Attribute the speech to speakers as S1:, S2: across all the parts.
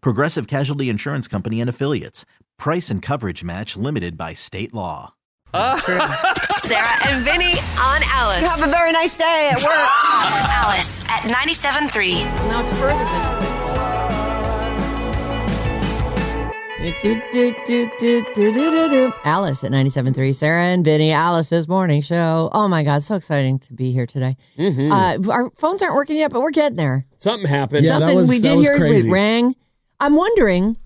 S1: Progressive Casualty Insurance Company and Affiliates. Price and coverage match limited by state law.
S2: Sarah and Vinny on Alice.
S3: Have a very nice day at work.
S2: Alice at 97.3.
S3: no, it's further than do, do, do, do, do, do, do, do. Alice at 97.3, Sarah and Vinny, Alice's morning show. Oh my God, so exciting to be here today.
S4: Mm-hmm.
S3: Uh, our phones aren't working yet, but we're getting there.
S5: Something happened.
S4: Yeah, that
S3: Something
S4: was-
S3: we
S4: that
S3: did
S4: was
S3: hear,
S4: crazy.
S3: it rang. I'm wondering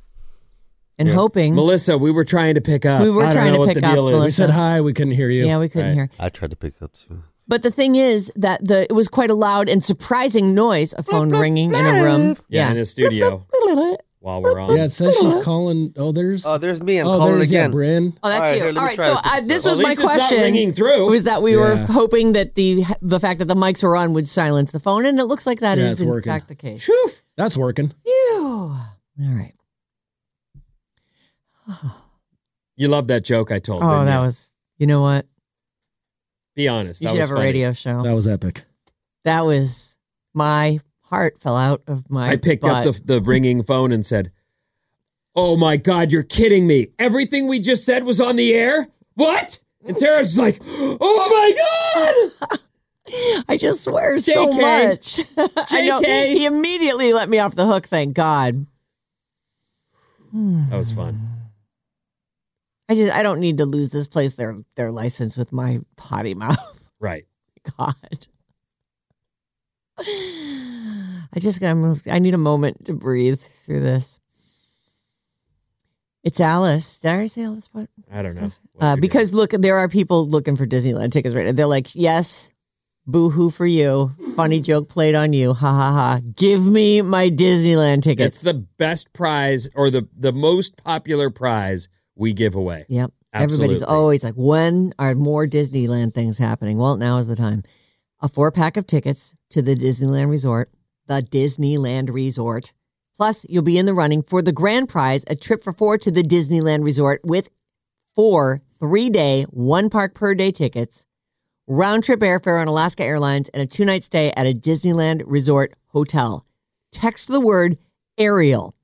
S3: and hoping.
S5: Melissa, we were trying to pick up.
S3: We were
S5: I don't
S3: trying
S5: know
S3: to
S5: what
S3: pick
S5: the
S3: up,
S5: deal
S4: We
S5: is.
S3: Melissa.
S4: said hi, we couldn't hear you.
S3: yeah, we couldn't
S5: Right.
S3: hear.
S6: I tried to pick up too.
S3: But the thing is that the it was quite a loud and surprising noise, a phone ringing in a room.
S5: Yeah, in the studio
S3: Oh,
S5: while we're on.
S4: Yeah, it says she's calling. Oh, there's.
S6: Oh, there's me. I'm
S4: oh,
S6: calling
S4: there's,
S6: again.
S4: Yeah, Bryn.
S3: that's
S6: All right,
S3: you.
S6: here, let me
S3: All right,
S6: try
S3: so
S6: to pick
S3: I,
S6: this
S3: this
S6: up.
S3: was
S5: Well, at
S3: my
S5: least it's not
S3: question.
S5: ringing through.
S3: was that we were
S4: Yeah.
S3: hoping that the the fact that the mics were on would silence the phone, and it looks like that is
S4: Yeah, it's
S3: in
S4: working.
S3: fact the case.
S5: Phew.
S4: That's working.
S3: Phew. All right.
S5: You love that joke I told.
S3: Oh,
S5: didn't
S3: that
S5: you?
S3: was. You know what?
S5: Be honest.
S3: You
S5: that
S3: should
S5: was
S3: have a
S5: funny.
S3: radio show.
S4: That was epic.
S3: That was my heart fell out of my.
S5: I picked
S3: butt.
S5: up the the ringing phone and said, "Oh my God, you're kidding me! Everything we just said was on the air. What?" And Sarah's like, "Oh my God!"
S3: I just swear so
S5: JK.
S3: much. I know.
S5: JK.
S3: He immediately let me off the hook. Thank God.
S5: That was fun.
S3: I just I don't need to lose this place their their license with my potty mouth.
S5: Right.
S3: God. I just gotta move. I need a moment to breathe through this. It's Alice. Did I already say all this part?
S5: I don't know. what
S3: Uh,
S5: you did.
S3: because look, there are people looking for Disneyland tickets right now. They're like, yes, boo hoo for you. Funny joke played on you. Ha ha ha. Give me my Disneyland tickets.
S5: it's the best prize or the the most popular prize we give away.
S3: Yep. Everybody's
S5: Absolutely.
S3: always like, when are more Disneyland things happening? Well, now is the time. A four pack of tickets to the Disneyland Resort, the Disneyland Resort. Plus, you'll be in the running for the grand prize, a trip for four to the Disneyland Resort with four three day, one park per day tickets, round trip airfare on Alaska Airlines, and a two night stay at a Disneyland Resort hotel. Text the word Ariel.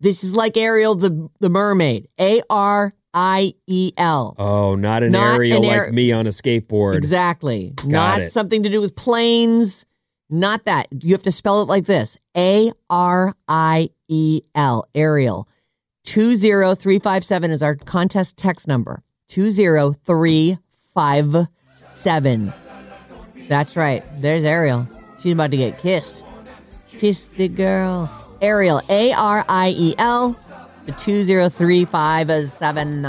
S3: This is like Ariel the, the mermaid. A R I E L.
S5: Oh, not an
S3: Not
S5: aerial
S3: an aer-
S5: like me on a skateboard.
S3: Exactly. Not
S5: it.
S3: something to do with planes. Not that. You have to spell it like this A R I E L, Ariel. 20357 is our contest text number. 20357. That's right. There's Ariel. She's about to get kissed. Kiss the girl. Ariel, A R I E L, 20357.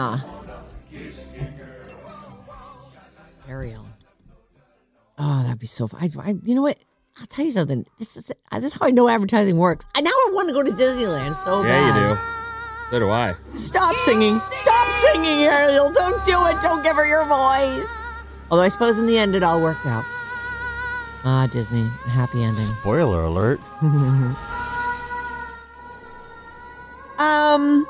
S3: Ariel. Oh, that'd be so fun. I, I, you know what? I'll tell you something. This is uh, this is how I know advertising works. I now I want to go to Disneyland so bad.
S5: Yeah, you do. So do I.
S3: do. Stop singing. Stop singing, Ariel. Don't do it. Don't give her your voice. Although I suppose in the end it all worked out. Ah, Disney. Happy ending.
S6: Spoiler alert.
S3: Um.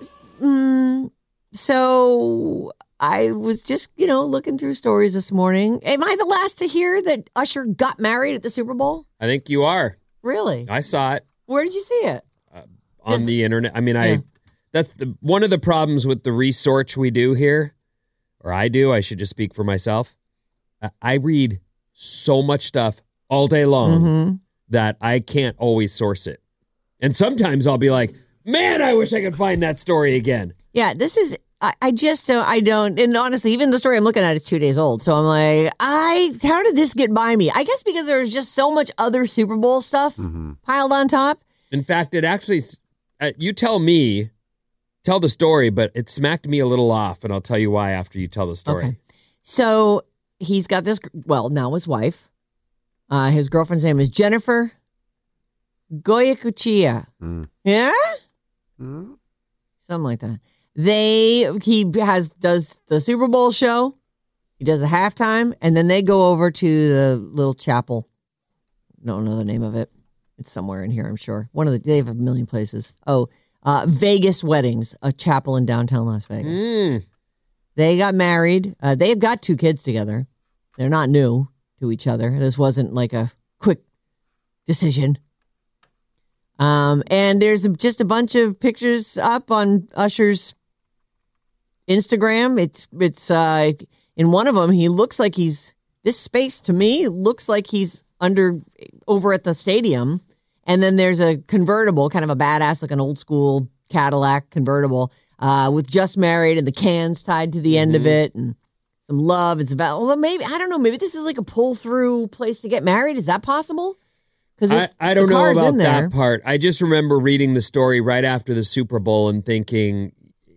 S3: s- mm, so I was just, you know, looking through stories this morning. Am I the last to hear that Usher got married at the Super Bowl?
S5: I think you are.
S3: Really?
S5: I saw it
S3: Where did you see it?
S5: on
S3: Just-
S5: the internet. I mean,
S3: Yeah.
S5: I that's the one of the problems with the research we do here, or I do. I should just speak for myself. I- I read so much stuff
S3: Mm-hmm.
S5: all day long that I can't always source it, and sometimes I'll be like, Man, I wish I could find that story again.
S3: Yeah, this is. I, I just don't. I don't. And honestly, even the story I'm looking at is two days old. So I'm like, I. How did this get by me? I guess because there was just so much other Super Bowl stuff piled on top.
S5: In fact, it actually, s- uh, you tell me, tell the story, but it smacked me a little off, and I'll tell you why after you tell the story.
S3: Okay. So he's got this. Well, now his wife. Uh, his girlfriend's name is Jennifer Goyakuchia.
S6: Mm.
S3: Yeah,
S6: Mm.
S3: something like that. They he has does the Super Bowl show. He does the halftime, and then they go over to the little chapel. Don't know the name of it. It's somewhere in here, I'm sure. One of the they have a million places. Oh, uh, Vegas weddings, a chapel in downtown Las Vegas.
S5: Mm.
S3: They got married. Uh, they've got two kids together. They're not new to each other. This wasn't like a quick decision. Um, and there's just a bunch of pictures up on Usher's Instagram. It's it's uh, in one of them. He looks like he's this space to me looks like he's under over at the stadium. And then there's a convertible, kind of a badass, like an old school Cadillac convertible uh, with just married and the cans tied to the end
S5: Mm-hmm.
S3: of it and some love and some val- although maybe I don't know maybe this is like a pull through place to get married is that possible because
S5: I, I don't know about that part. I just remember reading the story right after the Super Bowl and thinking,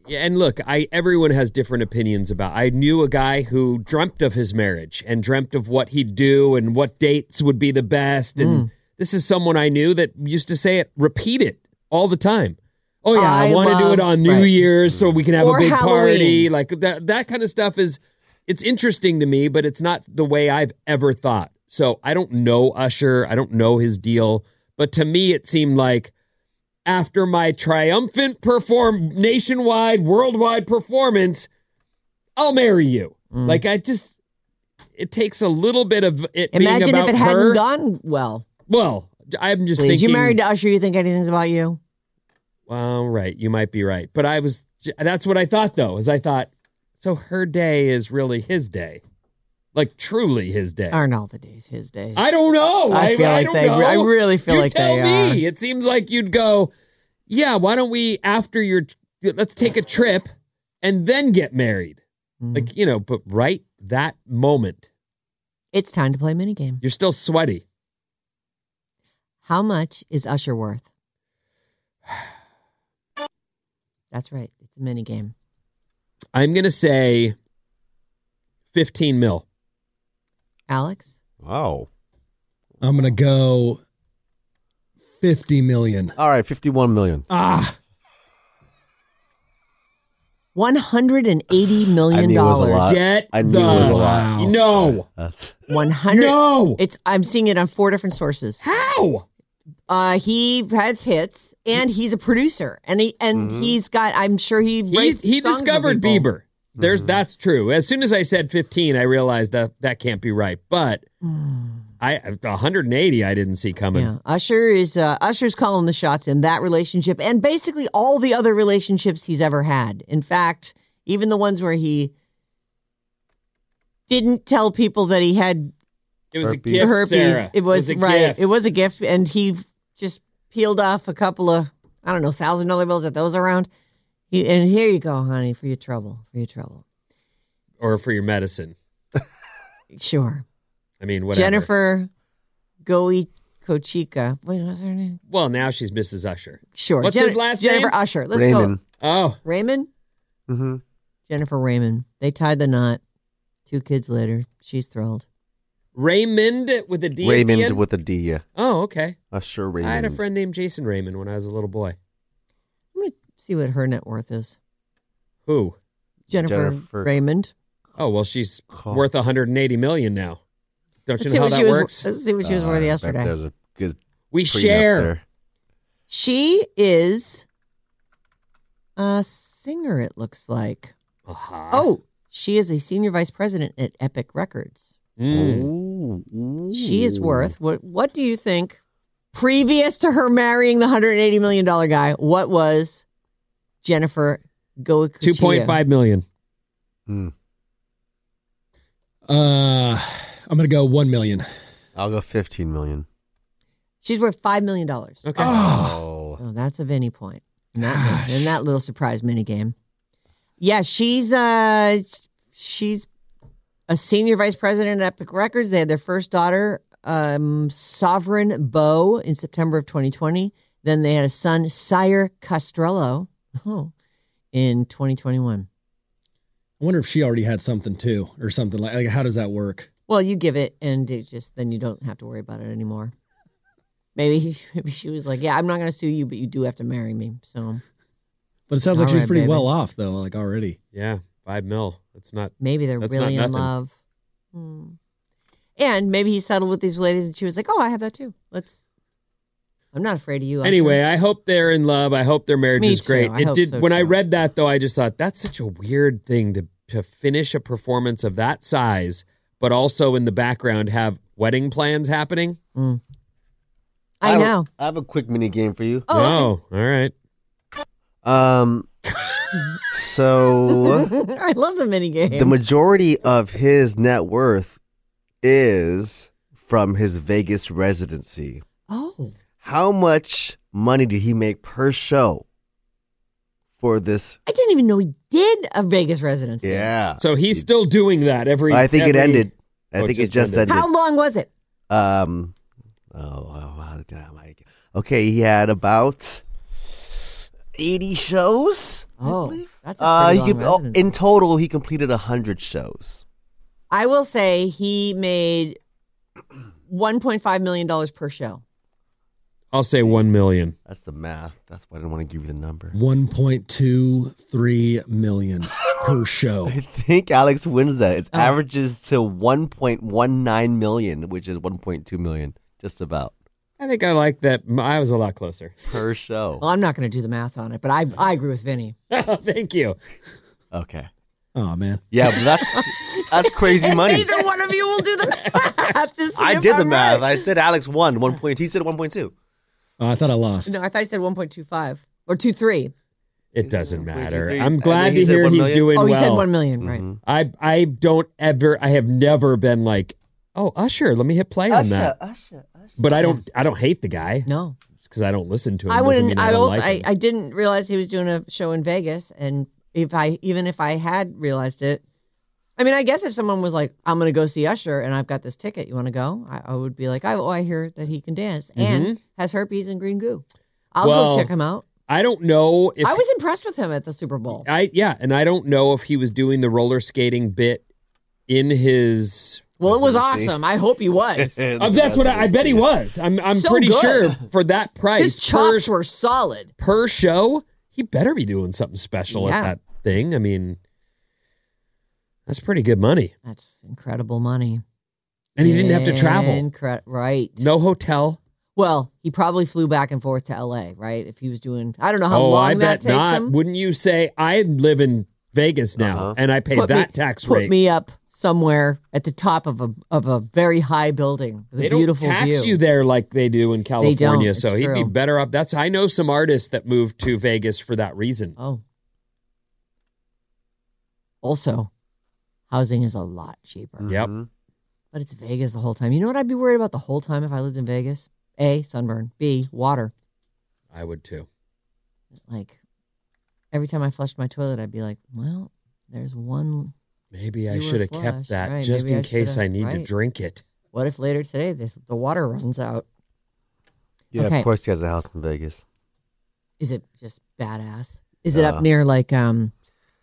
S5: yeah, and look, I everyone has different opinions about. I knew a guy who dreamt of his marriage and dreamt of what he'd do and what dates would be the best.
S3: Mm.
S5: And this is someone I knew that used to say it, repeat it all the time. Oh yeah, I,
S3: I
S5: want to do
S3: love-
S5: it on New
S3: right.
S5: Year's so we can have
S3: Or
S5: a big party.
S3: Halloween.
S5: Like that that kind of stuff is it's interesting to me, but it's not the way I've ever thought. So I don't know Usher. I don't know his deal. But to me, it seemed like after my triumphant perform nationwide, worldwide performance, I'll marry you.
S3: Mm.
S5: Like I just, it takes a little bit of it being
S3: imagine
S5: about
S3: if it hadn't
S5: her.
S3: gone well
S5: well, I'm just
S3: please
S5: thinking.
S3: you married to Usher you think anything's about you
S5: Well, right. You might be right. But I was, that's what I thought though, is I thought, so her day is really his day. Like truly his day.
S3: aren't all the days his days
S5: I don't know.
S3: I feel like
S5: don't
S3: they-
S5: know.
S3: I really feel
S5: You
S3: like
S5: tell
S3: they
S5: me. It seems like you'd go, yeah. Why don't we after your let's take a trip and then get married?
S3: Mm-hmm.
S5: Like you know, but right that moment
S3: it's time to play minigame
S5: you're still sweaty.
S3: how much is Usher worth that's right it's a minigame
S5: I'm gonna say fifteen mil.
S3: Alex
S6: Wow.
S4: I'm gonna go fifty million.
S6: All right, 51 million.
S4: Ah,
S3: 180
S6: I
S3: million
S6: knew it was a
S3: dollars
S6: lot.
S5: Get
S6: I knew
S5: the
S6: it was a
S4: Wow.
S6: lot.
S5: No,
S6: That's
S3: 100
S5: no.
S3: It's I'm seeing it on four different sources.
S5: How?
S3: Uh, he has hits, and he's a producer, and he and he's got. I'm sure he
S5: Mm-hmm. He,
S3: writes
S5: he
S3: songs for
S5: discovered
S3: people.
S5: Bieber. There's
S6: Mm-hmm.
S5: that's true. As soon as I said 15, I realized that that can't be right. But I 180 I didn't see coming.
S3: Yeah, Usher is uh, Usher's calling the shots in that relationship, and basically all the other relationships he's ever had. In fact, even the ones where he didn't tell people that he had
S5: It was
S6: Herpes.
S5: a gift,
S3: herpes.
S5: Sarah.
S3: It was,
S5: a
S3: right.
S5: gift.
S3: It was a gift, and he just peeled off a couple of I don't know thousand dollar bills that those around. He, and here you go, honey, for your trouble, for your trouble.
S5: or for your medicine.
S3: Sure,
S5: I mean, whatever.
S3: Jennifer Goey Kochika. Wait, what's her name?
S5: Well, now she's Mrs. Usher.
S3: Sure.
S5: What's
S3: Jen-
S5: his last
S3: Jennifer
S5: name?
S3: Usher. Let's
S6: Raymond.
S3: go.
S5: Oh,
S3: Raymond.
S6: Mm-hmm.
S3: Jennifer Raymond. They tied the knot. Two kids later, she's thrilled.
S5: Raymond with a D. at the
S6: Raymond
S5: end?
S6: with a D. Yeah.
S5: oh, okay.
S6: Uh, sure, Raymond.
S5: I had a friend named Jason Raymond when I was a little boy.
S3: I'm gonna see what her net worth is.
S5: Who?
S3: Jennifer,
S6: Jennifer-
S3: Raymond.
S5: Oh, well, she's
S6: Call-
S5: worth 180 million now. Don't you
S3: Let's
S5: know
S3: see
S5: how
S3: what
S5: that
S3: she was.
S5: works?
S3: Let's see what she was
S6: Uh,
S3: worth
S6: bet
S3: yesterday.
S6: There's a good
S5: we
S6: prenup
S5: share.
S6: there.
S3: She is a singer, it looks like.
S6: Ah.
S5: Uh-huh.
S3: Oh, she is a senior vice president at Epic Records.
S5: Mm.
S6: Ooh,
S3: She is
S6: ooh.
S3: worth what what do you think? Previous to her marrying the $180 million guy, what was Jennifer Goikuchia?
S5: 2.5 million.
S6: Mm.
S4: uh, I'm gonna go one million.
S6: I'll go 15 million.
S3: She's worth $5 million.
S5: Okay.
S6: Oh.
S3: Oh, that's a Vinny point. in that, in that little surprise mini game. Yeah, she's uh she's a senior vice president at Epic Records. They had their first daughter, um, Sovereign Bo, in September of 2020. Then they had a son, Sire Castrello, oh, in 2021.
S4: I wonder if she already had something too, or something like. like how does that work?
S3: Well, you give it, and it just then you don't have to worry about it anymore. Maybe, he, maybe she was like, "Yeah, I'm not going to sue you, but you do have to marry me." So
S4: But it sounds like
S3: All
S4: she was
S3: right,
S4: pretty
S3: baby.
S4: well off though, like already.
S5: Yeah, five mil. That's not.
S3: maybe they're
S5: That's
S3: really
S5: not
S3: in
S5: nothing.
S3: love. Hmm. And maybe he settled with these ladies, and she was like, "Oh, I have that too. Let's." I'm not afraid of you. Usher."
S5: Anyway, I hope they're in love. I hope their marriage
S3: Me
S5: is
S3: too.
S5: great.
S3: I
S5: it
S3: hope
S5: did.
S3: so,
S5: when I
S3: too.
S5: read that though, I just thought that's such a weird thing to to finish a performance of that size, but also in the background have wedding plans happening.
S3: I
S6: have a-
S3: know.
S6: I have a quick mini game for you.
S3: Oh, okay.
S5: Oh, all right.
S6: Um, so
S3: I love the mini game.
S6: the majority of his net worth is from his Vegas residency.
S3: oh,
S6: How much money did he make per show for this?
S3: I didn't even know he did a Vegas residency.
S6: Yeah.
S5: So he's still doing that every.
S6: I think it
S5: every-
S6: ended. I
S5: Oh, it
S6: think
S5: just
S6: it just
S5: ended.
S6: ended.
S3: How long was it?
S6: Um. Oh wow. God, my- Okay, he had about eighty shows.
S3: Oh, that's a
S6: Uh,
S3: pretty
S6: he
S3: long
S6: could- oh,
S3: residency.
S6: in total, he completed hundred shows.
S3: I will say he made 1.5 million dollars per show.
S5: I'll say one million.
S6: That's the math. That's why I didn't want to give you the number.
S4: One point two three million per show.
S6: I think Alex wins that.
S5: Oh.
S6: It averages to one point one nine million, which is one point two million, just about
S5: I think I like that. I was a lot closer.
S6: per show.
S3: Well, I'm not going to do the math on it, but I I agree with Vinny.
S5: Thank you.
S6: Okay.
S4: Oh man,
S6: Yeah, but that's that's crazy money.
S3: Neither one of you will do the math. to see
S6: I
S3: if
S6: did
S3: I'm
S6: the math.
S3: right.
S6: I said Alex won one point. He said one point two.
S4: oh, I thought I lost.
S3: No, I thought he said 1.25 or 23.
S5: It doesn't matter.
S6: three.
S5: I'm
S6: And
S5: glad
S6: then he
S5: to
S6: said
S5: hear
S6: one
S5: he's
S6: million?
S5: doing
S3: Oh, he
S5: well. Mm-hmm.
S3: said 1 million, right?
S5: I I don't ever. I have never been like, oh Usher, let me hit play on that.
S6: Usher, Usher.
S5: But I don't. I don't hate the guy
S3: No,
S5: because I don't listen to him.
S3: I
S5: doesn't mean
S3: wouldn't.
S5: I,
S3: I
S5: don't
S3: also
S5: like him.
S3: I, I didn't realize he was doing a show in Vegas, and if I even if I had realized it, I mean, I guess if someone was like, "I'm going to go see Usher," and I've got this ticket, you want to go? I, I would be like, I, "Oh, I hear that he can dance and has herpes and green goo. I'll
S5: Mm-hmm. Well,
S3: go check him out."
S5: I don't know if
S3: I was impressed with him at the Super Bowl.
S5: I yeah, and I don't know if he was doing the roller skating bit in his.
S3: well, it was awesome. I hope he was.
S5: Uh, that's what I, I bet he was. I'm I'm
S3: So
S5: pretty
S3: good.
S5: sure for that price
S3: His
S5: per,
S3: chops were solid.
S5: per show, he better be doing something special
S3: Yeah.
S5: at that thing. I mean, that's pretty good money,
S3: That's incredible money.
S5: and he didn't have to travel.
S3: Incre- right.
S5: No hotel.
S3: Well, he probably flew back and forth to LA, right? If he was doing, I don't know how
S5: oh,
S3: Uh-huh. long
S5: I
S3: that
S5: bet
S3: takes
S5: not.
S3: him.
S5: Wouldn't you say I live in Vegas now
S6: Uh-huh.
S5: and I pay
S3: Put
S5: that
S3: me-
S5: tax
S3: put
S5: rate?
S3: me up somewhere at the top of a of a very high building with
S5: they
S3: a beautiful
S5: don't tax
S3: view.
S5: you there like they do in California,
S3: don't.
S5: so
S3: It's
S5: he'd be
S3: true.
S5: better off. That's I know some artists that moved to Vegas for that reason.
S3: Oh. Also, housing is a lot cheaper,
S5: Yep.
S6: Mm-hmm.
S3: but it's Vegas the whole time. You know what I'd be worried about the whole time if I lived in Vegas? A sunburn. B water.
S5: I would too.
S3: Like every time I flushed my toilet, I'd be like, well, there's one.
S5: Maybe I
S3: You were
S5: should have kept
S3: flushed,
S5: that
S3: right,
S5: just
S3: maybe
S5: in
S3: I
S5: case
S3: shoulda-
S5: I need to
S3: right.
S5: drink it.
S3: What if later today the, the water runs out?
S6: Yeah,
S3: Okay.
S6: of course he has a house in Vegas.
S3: Is it just badass? Is it
S6: Uh,
S3: up near like um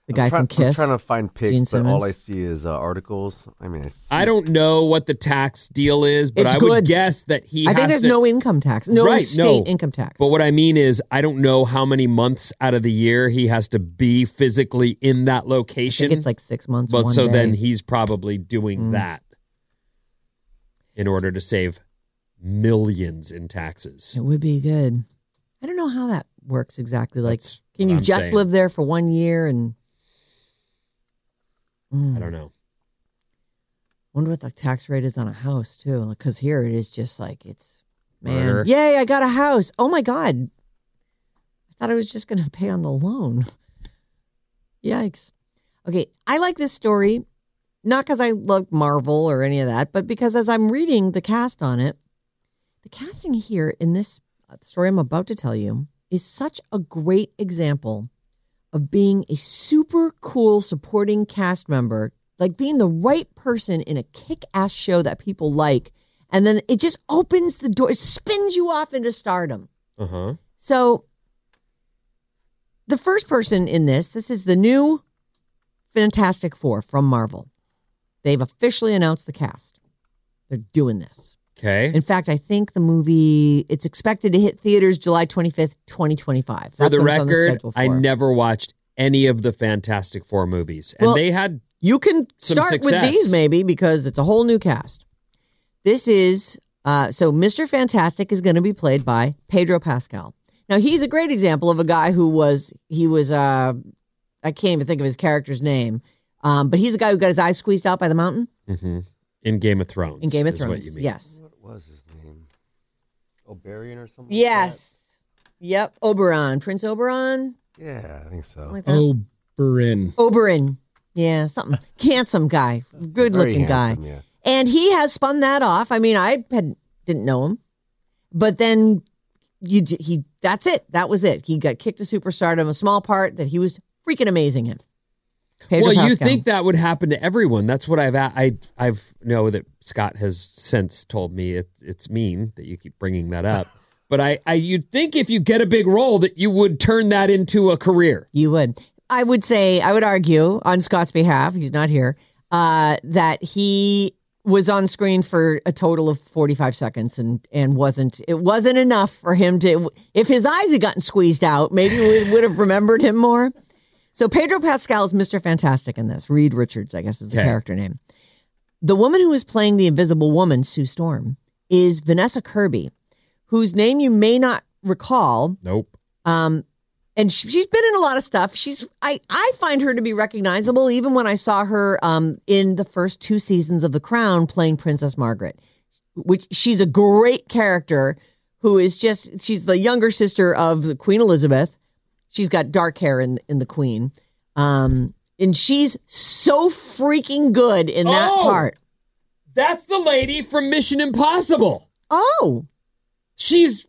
S3: the guy
S6: I'm try-
S3: from Kiss?
S6: I'm trying to find pics,
S3: Gene
S6: but all
S3: Simmons?
S6: I see is uh, articles. I mean, it's,
S5: I don't know what the tax deal is, but
S3: It's
S5: I would
S3: good.
S5: guess that he
S3: I
S5: has
S3: think there's
S5: to-
S3: no income tax, no
S5: Right,
S3: state
S5: no.
S3: income tax.
S5: But what I mean is, I don't know how many months out of the year he has to be physically in that
S3: I
S5: location.
S3: think it's like six months.
S5: but
S3: one
S5: so
S3: day. Mm.
S5: then he's probably doing that in order to save millions in taxes.
S3: it would be good. I don't know how that works exactly. Like,
S5: That's
S3: can
S5: what
S3: you
S5: I'm
S3: just
S5: saying.
S3: live there for one year and? Mm.
S5: I don't know.
S3: Wonder what the tax rate is on a house too, because here it is just like it's man.
S5: Murder.
S3: Yay! I got a house. Oh my god! I thought I was just going to pay on the loan. Yikes! Okay, I like this story, not because I love Marvel or any of that, but because as I'm reading the cast on it, the casting here in this story I'm uh, about to tell you is such a great example of being a super cool supporting cast member, like being the right person in a kick ass show that people like. And then it just opens the door, it spins you off into stardom.
S5: Uh huh.
S3: So the first person in this, this is the new Fantastic Four from Marvel. They've officially announced the cast. They're doing this.
S5: Okay.
S3: In fact, I think the movie it's expected to hit theaters July 25th, 2025.
S5: For the
S3: what it's on
S5: record,
S3: schedule
S5: I
S3: for.
S5: never watched any of the Fantastic Four movies, and
S3: Well-
S5: they had
S3: You can
S5: Some
S3: start with
S5: success.
S3: these maybe because it's a whole new cast. This is uh, so Mr. Fantastic is going to be played by Pedro Pascal. Now he's a great example of a guy who was he was uh, I can't even think of his character's name, um, but he's the guy who got his eyes squeezed out by the mountain
S5: Mhm. in Game of Thrones.
S3: in Game of
S5: is
S3: Thrones.
S5: What you mean.
S3: Yes,
S6: What was his name? O'Barian or something? like
S3: yes, yep. Oberon, Prince Oberon,
S6: that? Yeah, I think so.
S3: something like that.
S4: Oh, Oberyn.
S6: Hmm.
S3: Oberon, yeah, something handsome guy, good
S6: Very
S3: looking guy.
S6: handsome, Yeah.
S3: And he has spun that off. I mean, I had didn't know him, but then you j- he that's it. That was it. He got kicked to superstardom, a small part that he was freaking amazing in. Pedro
S5: well, you
S3: Pascal.
S5: think that would happen to everyone? That's what I've a- I I've know that Scott has since told me it, it's mean that you keep bringing that up, but I, I you'd think if you get a big role that you would turn that into a career.
S3: you would? I would say I would argue on Scott's behalf. He's not here. Uh, that he was on screen for a total of 45 seconds and and wasn't it wasn't enough for him to if his eyes had gotten squeezed out maybe we would have remembered him more So Pedro Pascal is Mr. Fantastic in this. Reed Richards, I guess, is the
S5: Okay.
S3: character name. The woman who is playing the Invisible Woman, Sue Storm, is Vanessa Kirby, whose name you may not recall.
S5: Nope.
S3: Um, and sh- she's been in a lot of stuff. She's I I find her to be recognizable even when I saw her um, in the first two seasons of The Crown playing Princess Margaret, which she's a great character who is just she's the younger sister of the Queen Elizabeth. She's got dark hair in in the Queen, um, and she's so freaking good in that
S5: Oh!
S3: part.
S5: That's the lady from Mission Impossible.
S3: Oh,
S5: She's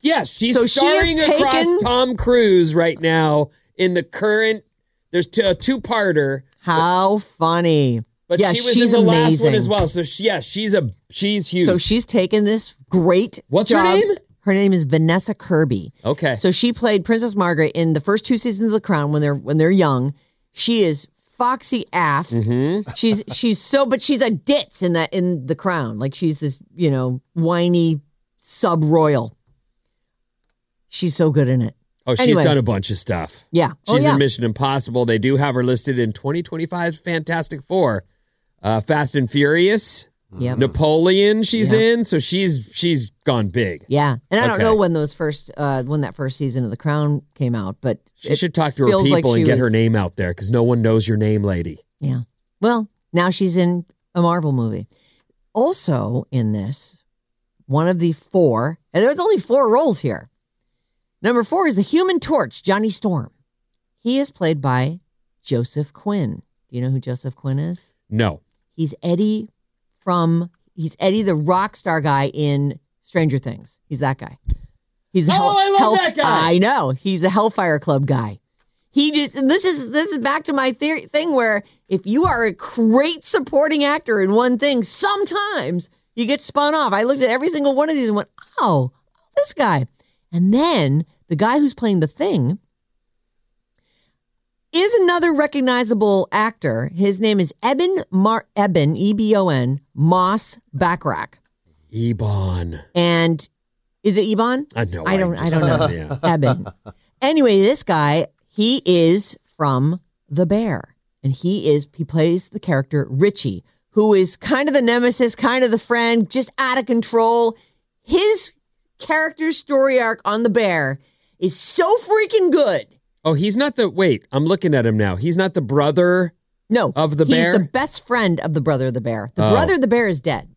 S5: yes, she's
S3: So she has
S5: starring across
S3: taken-
S5: Tom Cruise right now in the current. There's t- a two-parter,
S3: how funny!
S5: but
S3: Yeah,
S5: she was
S3: she's
S5: in the last one
S3: amazing.
S5: as well. So she, yeah, she's a she's huge.
S3: So she's taken this great.
S5: What's her
S3: job.
S5: name?
S3: Her name is Vanessa Kirby.
S5: okay,
S3: So she played Princess Margaret in the first two seasons of The Crown when they're when they're young. She is foxy af.
S5: Mm-hmm.
S3: She's she's so, but she's a ditz in that in The Crown. Like she's this you know whiny sub royal. She's so good in it.
S5: oh, she's
S3: anyway.
S5: done a bunch of stuff.
S3: Yeah. Oh,
S5: She's
S3: yeah.
S5: in Mission Impossible. They do have her listed in 2025's Fantastic Four, uh, Fast and Furious,
S3: Yep.
S5: Napoleon. She's
S3: Yeah.
S5: in, so she's she's gone big.
S3: Yeah, and I don't
S5: Okay.
S3: know when those first uh, when that first season of The Crown came out, but
S5: She
S3: it
S5: should talk to her
S3: feels
S5: people
S3: like she
S5: and get
S3: was-
S5: her name out there because no one knows your name, lady.
S3: Yeah. Well, now she's in a Marvel movie. Also in this, one of the four, and there's only four roles here. Number four is the Human Torch, Johnny Storm. He is played by Joseph Quinn. Do you know who Joseph Quinn is?
S5: No.
S3: He's Eddie from he's Eddie the rock star guy in Stranger Things. He's that guy. He's the
S5: Oh,
S3: Hell-
S5: I love
S3: Hell-
S5: that guy.
S3: I know. He's the Hellfire Club guy. He did and this is this is back to my theory thing where if you are a great supporting actor in one thing, sometimes you get spun off. I looked at every single one of these and went, "Oh, this guy." And then the guy who's playing the thing is another recognizable actor. His name is Eben Mar Eben E B O N Moss Backrack,
S5: Ebon.
S3: and is it Ebon?
S5: I know.
S3: I don't- I
S5: just-
S3: don't know.
S5: Yeah.
S3: Eben. anyway, this guy he is from The Bear, and he is he plays the character Richie, who is kind of the nemesis, kind of the friend, just out of control. His character's story arc on The Bear is so freaking good.
S5: Oh, he's not the. Wait, I'm looking at him now. He's not the brother.
S3: No,
S5: Of the
S3: he's
S5: bear?
S3: the best friend of the brother of the bear. The
S5: Oh.
S3: brother of the bear is dead,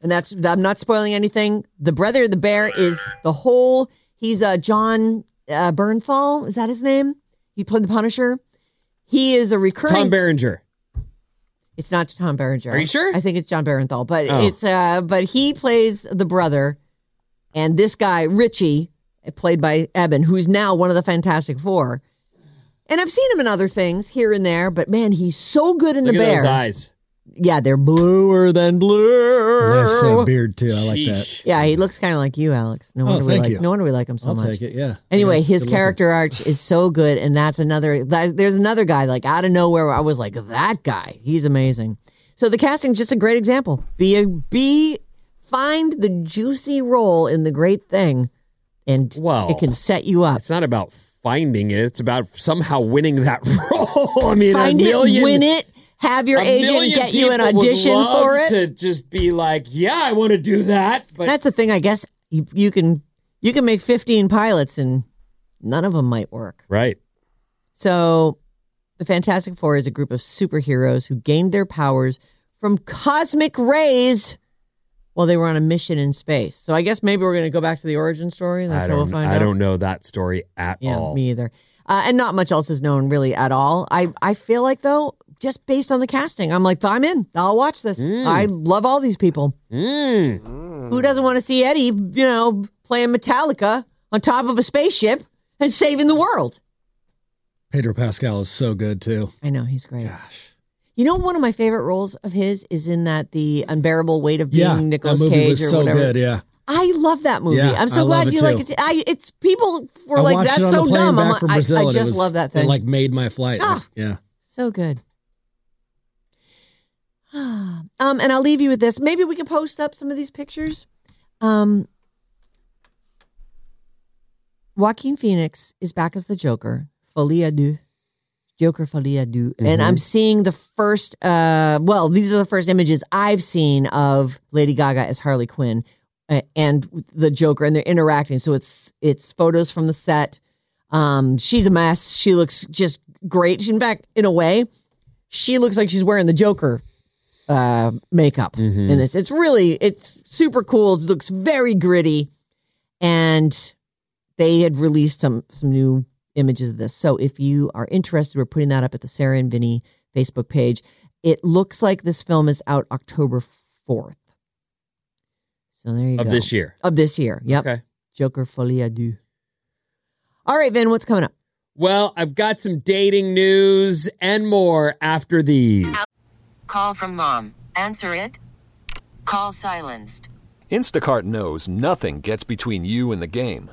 S3: and that's I'm not spoiling anything. The brother of the bear is the whole. He's uh, John uh, Bernthal. Is that his name? He played the Punisher. He is a recurring.
S5: Tom Berenger.
S3: It's not Tom Berenger.
S5: Are you sure?
S3: I think it's John Berenthal, but
S5: Oh.
S3: it's uh, but he plays the brother, and this guy Richie played by Eben, who's now one of the Fantastic Four. And I've seen him in other things here and there, but man, he's so good in
S5: Look
S3: the
S5: at
S3: bear.
S5: those eyes.
S3: Yeah, they're bluer than blue.
S4: Nice uh, beard too. I like that.
S5: Sheesh.
S3: Yeah, he looks kind of like you, Alex. No
S4: Oh,
S3: wonder we
S4: thank
S3: like
S4: you.
S3: no wonder we like him so
S4: I'll
S3: much.
S4: take it. Yeah.
S3: Anyway,
S4: Yes,
S3: his
S4: good looking.
S3: character arch is so good, and that's another. That, there's another guy like out of nowhere. Where I was like, that guy, he's amazing. So the casting's just a great example. Be a be find the juicy role in the great thing, and
S5: Well,
S3: it can set you up.
S5: It's not about finding it. It's about somehow winning that role. I mean,
S3: Find
S5: a
S3: it,
S5: million,
S3: win it, have your
S5: a
S3: agent
S5: million
S3: get you an
S5: people would
S3: audition
S5: love
S3: for it.
S5: To just be like, yeah, I want to do that. But
S3: That's the thing. I guess you, you can you can make 15 pilots, and none of them might work.
S5: right.
S3: So, the Fantastic Four is a group of superheroes who gained their powers from cosmic rays while they were on a mission in space. So, I guess maybe we're going to go back to the origin story. and That's
S5: I
S3: how
S5: don't.
S3: we'll find
S5: I
S3: out.
S5: don't know that story at
S3: Yeah,
S4: Oh.
S5: all.
S3: me either. Uh, and not much else is known really at all. I, I feel like, though, just based on the casting, I'm like, I'm in. I'll watch this.
S4: Mm.
S3: I love all these people.
S5: Mm.
S3: Who doesn't want to see Eddie, you know, playing Metallica on top of a spaceship and saving the world?
S4: Pedro Pascal is so good too.
S3: I know he's great. You know, one of my favorite roles of his is in that the unbearable weight of being
S4: Yeah,
S3: Nicolas
S4: that movie
S3: Cage
S4: was
S3: or
S4: so
S3: whatever.
S4: good. Yeah,
S3: I love that movie.
S4: Yeah,
S3: I'm
S4: I
S3: so
S4: love
S3: glad
S4: it
S3: you
S4: too.
S3: like it. I, it's people were
S4: I
S3: like,
S4: watched it
S3: "That's
S4: on the
S3: so
S4: plane
S3: dumb." I'm
S4: Back
S3: like,
S4: from
S3: I-
S4: Brazil,
S3: I,
S4: and it
S3: just
S4: was-
S3: love that
S4: It
S3: thing.
S4: like made my flight.
S3: Ah.
S4: Yeah,
S3: so good. um, and I'll leave you with this. Maybe we can post up some of these pictures. Um, Joaquin Phoenix is back as the Joker. Folie à deux. Joker Folie à 2 And I'm seeing the first, uh, well, these are the first images I've seen of Lady Gaga as Harley Quinn uh, and the Joker, and they're interacting. So it's it's photos from the set. Um, she's a mess. She looks just great. She- In fact, in a way, she looks like she's wearing the Joker uh, makeup
S5: Mm-hmm.
S3: in this. It's really it's super cool. It looks very gritty, and they had released some some new images of this. So if you are interested, we're putting that up at the Sarah and Vinny Facebook page. It looks like this film is out October fourth. So there you
S5: Of
S3: go.
S5: this year.
S3: Of this year. Yep.
S5: Okay.
S3: Joker Folie à Deux. All right, Vin, what's coming up?
S5: Well, I've got some dating news and more after these.
S7: Call from mom. Answer it. Call silenced.
S8: Instacart knows nothing gets between you and the game.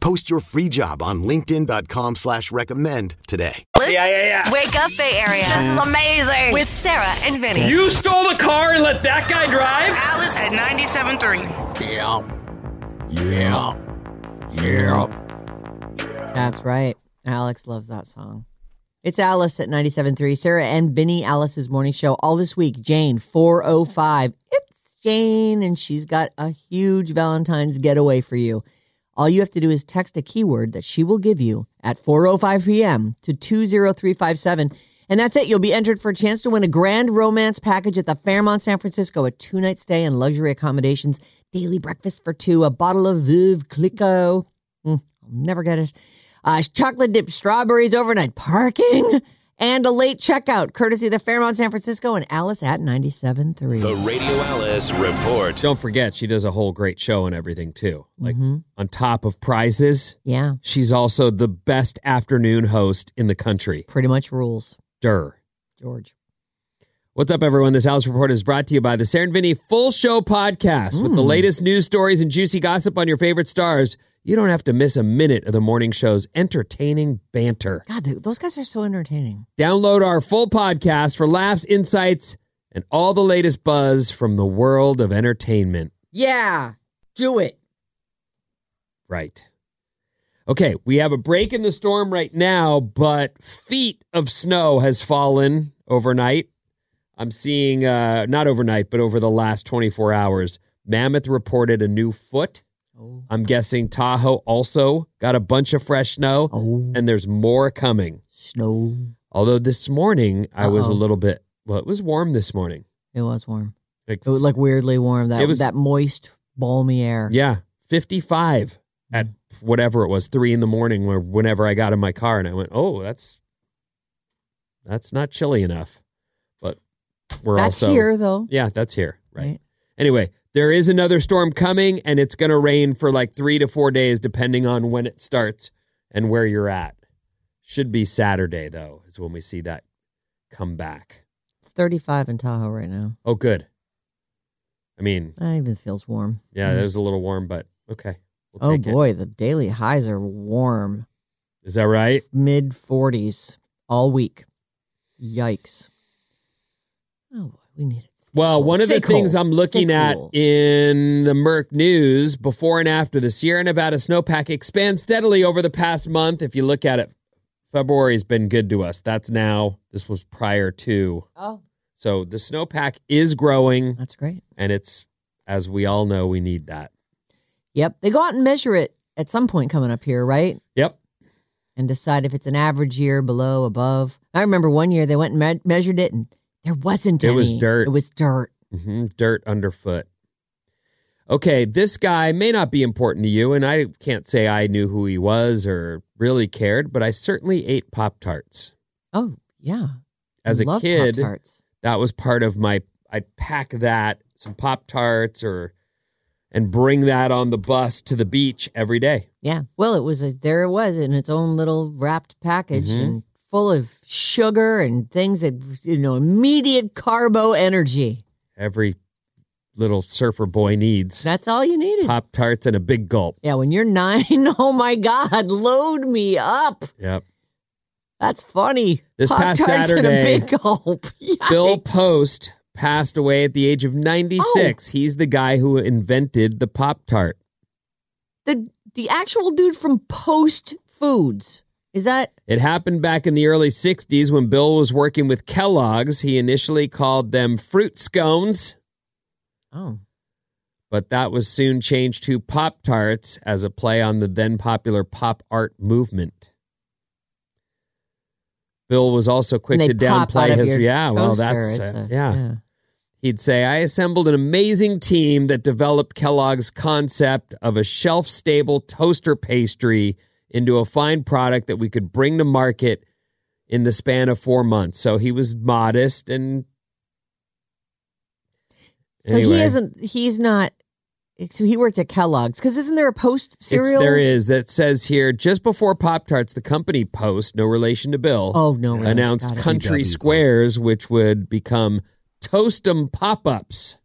S9: Post your free job on linkedin.com/recommend slash recommend today.
S2: yeah, yeah, yeah. Wake up, Bay Area. amazing. With Sarah and Vinny.
S10: You stole the car and let that guy drive?
S11: Alice at 97.3.
S3: That's right. Alex loves that song. It's Alice at 97.3. Sarah and Vinny, Alice's morning show. All this week, Jane, 405. It's Jane, and she's got a huge Valentine's getaway for you. All you have to do is text a keyword that she will give you at 4.05 p.m. to 20357. And that's it. You'll be entered for a chance to win a grand romance package at the Fairmont San Francisco, a two-night stay in luxury accommodations, daily breakfast for two, a bottle of Veuve Clicquot. Mm, I'll never get it. Uh, chocolate dipped strawberries overnight parking and a late checkout courtesy of the Fairmont San Francisco and Alice at 97.3.
S12: The Radio Alice Report.
S5: Don't forget, she does a whole great show and everything too. Like on top of prizes,
S3: Yeah,
S5: she's also the best afternoon host in the country.
S3: pretty much rules,
S5: Durr.
S3: George.
S5: What's up, everyone? This Alice Report is brought to you by the Sarah and Vinny Full Show Podcast. With the latest news stories and juicy gossip on your favorite stars, you don't have to miss a minute of the morning show's entertaining banter.
S3: God, th- those guys are so entertaining.
S5: Download our full podcast for laughs, insights, and all the latest buzz from the world of entertainment.
S3: Yeah, do it.
S5: Right. Okay, we have a break in the storm right now, but feet of snow has fallen overnight. I'm seeing, uh, not overnight, but over the last 24 hours, Mammoth reported a new foot. I'm guessing Tahoe also got a bunch of fresh snow,
S3: Oh.
S5: and there's more coming.
S3: Snow.
S5: Although this morning I was a
S3: Uh-oh.
S5: little bit, well, it was warm this morning.
S3: It was warm.
S5: Like-
S3: it was like weirdly warm. That
S5: It was-
S3: that moist, balmy air.
S5: Yeah, 55
S3: Mm-hmm.
S5: at whatever it was, three in the morning, or whenever I got in my car, and I went, "Oh, that's that's not chilly enough." But we're
S3: That's
S5: also
S3: here, though.
S5: Yeah, that's here, right?
S3: Right.
S5: Anyway, there is another storm coming, and it's going to rain for like three to four days, depending on when it starts and where you're at. Should be Saturday though, is when we see that come back.
S3: It's 35 in Tahoe right now.
S5: Oh, good. I mean,
S3: That even feels warm.
S5: yeah, it was a little warm, but okay.
S3: Mm-hmm.
S5: We'll
S3: oh
S5: take it.
S3: boy, the daily highs are warm.
S5: Is that right?
S3: Mid 40s all week. Yikes. Oh boy, we need it.
S5: Well, one of
S3: Stay
S5: the things
S3: cold.
S5: I'm looking
S3: Stay
S5: at
S3: cool.
S5: in the Merck news before and after the Sierra Nevada snowpack expands steadily over the past month. If you look at it, February's been good to us. That's now. This was prior to.
S3: Oh,
S5: So the snowpack is growing,
S3: that's great.
S5: and it's as we all know, we need that.
S3: Yep. They go out and measure it at some point coming up here, right?
S5: Yep.
S3: And decide if it's an average year, below, above. I remember one year they went and me- measured it and there wasn't
S5: It was
S3: any.
S5: dirt.
S3: It was dirt.
S5: hmm Dirt underfoot. Okay, this guy may not be important to you, and I can't say I knew who he was or really cared, but I certainly ate Pop Tarts.
S3: Oh, yeah.
S5: As
S3: I
S5: a
S3: love
S5: kid,
S3: Pop-Tarts.
S5: that was part of my I'd pack that some pop tarts or and bring that on the bus to the beach every day.
S3: Yeah. Well, it was a, there it was in its own little wrapped package
S5: Mhm.
S3: and full of sugar and things that, you know, immediate carbo energy.
S5: Every little surfer boy needs
S3: That's all you needed.
S5: pop tarts and a big gulp.
S3: Yeah. When you're nine, oh my God, load me up.
S5: Yep.
S3: That's funny.
S5: This past
S3: Pop-Tarts and a
S5: Saturday,
S3: big gulp. Yikes.
S5: Bill Post passed away at the age of
S3: Oh.
S5: 96. He's the guy who invented the pop tart.
S3: the the actual dude from Post Foods. Is that
S5: It happened back in the early 60s when Bill was working with Kellogg's. He initially called them fruit scones.
S3: oh
S5: but that was soon changed to Pop Tarts as a play on the then popular pop art movement. Bill was also quick
S3: And
S5: to
S3: they pop out
S5: downplay
S3: of
S5: his.
S3: your
S5: Yeah, well,
S3: toaster.
S5: that's
S3: It's
S5: uh,
S3: a-
S5: yeah.
S3: yeah.
S5: He'd say, "I assembled an amazing team that developed Kellogg's concept of a shelf-stable toaster pastry into a fine product that we could bring to market in the span of four months." So he was modest and
S3: So
S5: Anyway.
S3: he isn't. He's not. So he worked at Kellogg's because isn't there a Post cereal?
S5: It's, there is that says here just before Pop Tarts, the company Post, no relation to Bill,
S3: Oh no! really. Got
S5: announced
S3: it.
S5: Country
S4: CW Post.
S5: Squares, which would become Toastum Pop Ups.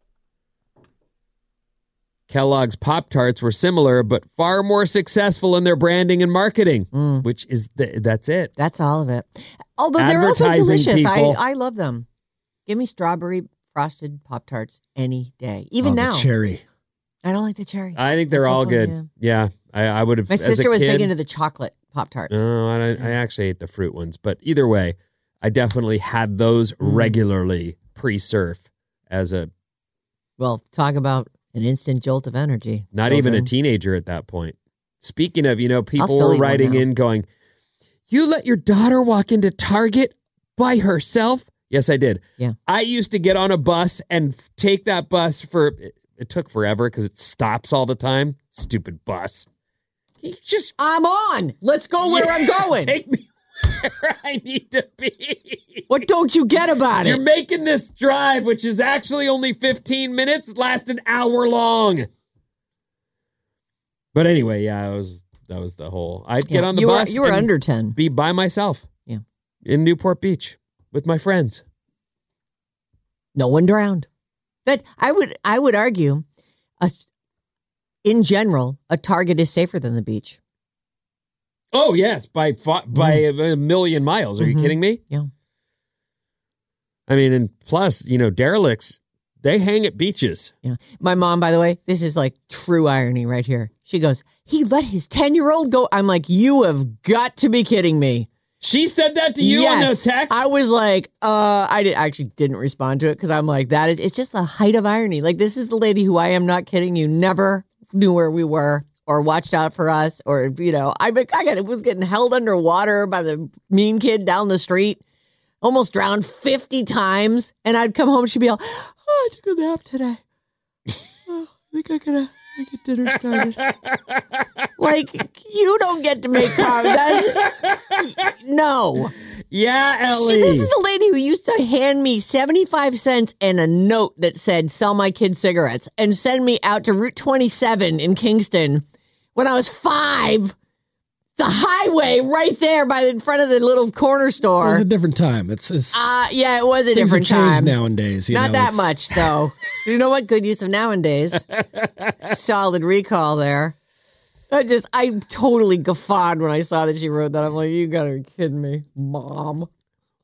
S5: Kellogg's Pop Tarts were similar, but far more successful in their branding and marketing,
S3: Mm.
S5: which is the, that's it.
S3: That's all of it. Although they're also
S5: Advertising
S3: delicious.
S5: people.
S3: I I love them. Give me strawberry frosted pop tarts any day. Even
S4: Oh, the
S3: now,
S4: cherry.
S3: I don't like the cherry.
S5: I think they're
S3: That's so
S5: all
S3: funny,
S5: good.
S3: yeah.
S5: Yeah, I, I would have.
S3: My
S5: as a
S3: sister was
S5: kid-
S3: big into the chocolate pop tarts.
S5: No, I, don't- I
S3: Mm.
S5: actually ate the fruit ones, but either way, I definitely had
S3: Mm.
S5: those regularly pre-surf as a
S3: well, talk about an instant jolt of energy.
S5: Not even a
S3: children.
S5: teenager at that point. Speaking of, you know, people
S3: still
S5: were
S3: eat one
S5: writing
S3: now.
S5: in going, You let your daughter walk into Target by herself? Yes, I did.
S3: Yeah.
S5: I used to get on a bus and f- take that bus for, it, it took forever because it stops all the time. Stupid bus. You just
S3: I'm on. Let's go where I'm
S5: Yeah,
S3: going.
S5: Take me where I need to be.
S3: What don't you get about
S5: You're
S3: it?
S5: making this drive, which is actually only 15 minutes, last an hour long. But anyway, yeah, I was that was the whole. I'd get
S3: Yeah.
S5: on the
S3: you
S5: bus.
S3: Were, you were
S5: and
S3: under 10.
S5: Be by myself.
S3: Yeah.
S5: In Newport Beach with my friends.
S3: No one drowned. But I would I would argue, a, in general, a target is safer than the beach.
S5: Oh yes, by fa- by a a million miles. Are you
S3: Mhm.
S5: kidding me?
S3: Yeah.
S5: I mean, and plus, you know, derelicts they hang at beaches.
S3: Yeah. My mom, by the way, this is like true irony right here. She goes, He let his 10 year old go. I'm like, You have got to be kidding me.
S5: She said that to you on the
S3: yes.
S5: text.
S3: I was like, uh, I did, I actually didn't respond to it because I'm like, that is, it's just the height of irony. Like, this is the lady who I am not kidding you, never knew where we were or watched out for us or, you know, I, be- I got, was getting held underwater by the mean kid down the street, almost drowned 50 times. And I'd come home, she'd be all, oh, I took a nap today. Oh, I think I gotta I get dinner started. like, you don't get to make comments. That's- No.
S5: yeah, Ellie.
S3: She, this is a lady who used to hand me 75 cents and a note that said, sell my kids cigarettes and send me out to Route 27 in Kingston when I was five. It's a highway right there by the in front of the little corner
S4: It
S3: store.
S4: was a different time. It's, it's
S3: uh, yeah, it was a
S4: things
S3: different
S4: have changed
S3: time.
S4: nowadays. You
S3: Not
S4: know,
S3: that
S4: it's-
S3: much, though. you know what? Good use of nowadays. Solid recall there. I just, I totally guffawed when I saw that she wrote that. I'm like, you gotta be kidding me, mom.